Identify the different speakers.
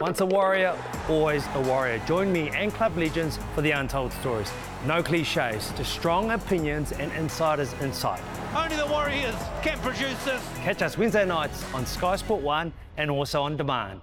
Speaker 1: Once a warrior, always a warrior. Join me and club legends for the untold stories. No cliches, just strong opinions and insiders' insight.
Speaker 2: Only the Warriors can produce this.
Speaker 1: Catch us Wednesday nights on Sky Sport 1 and also on demand.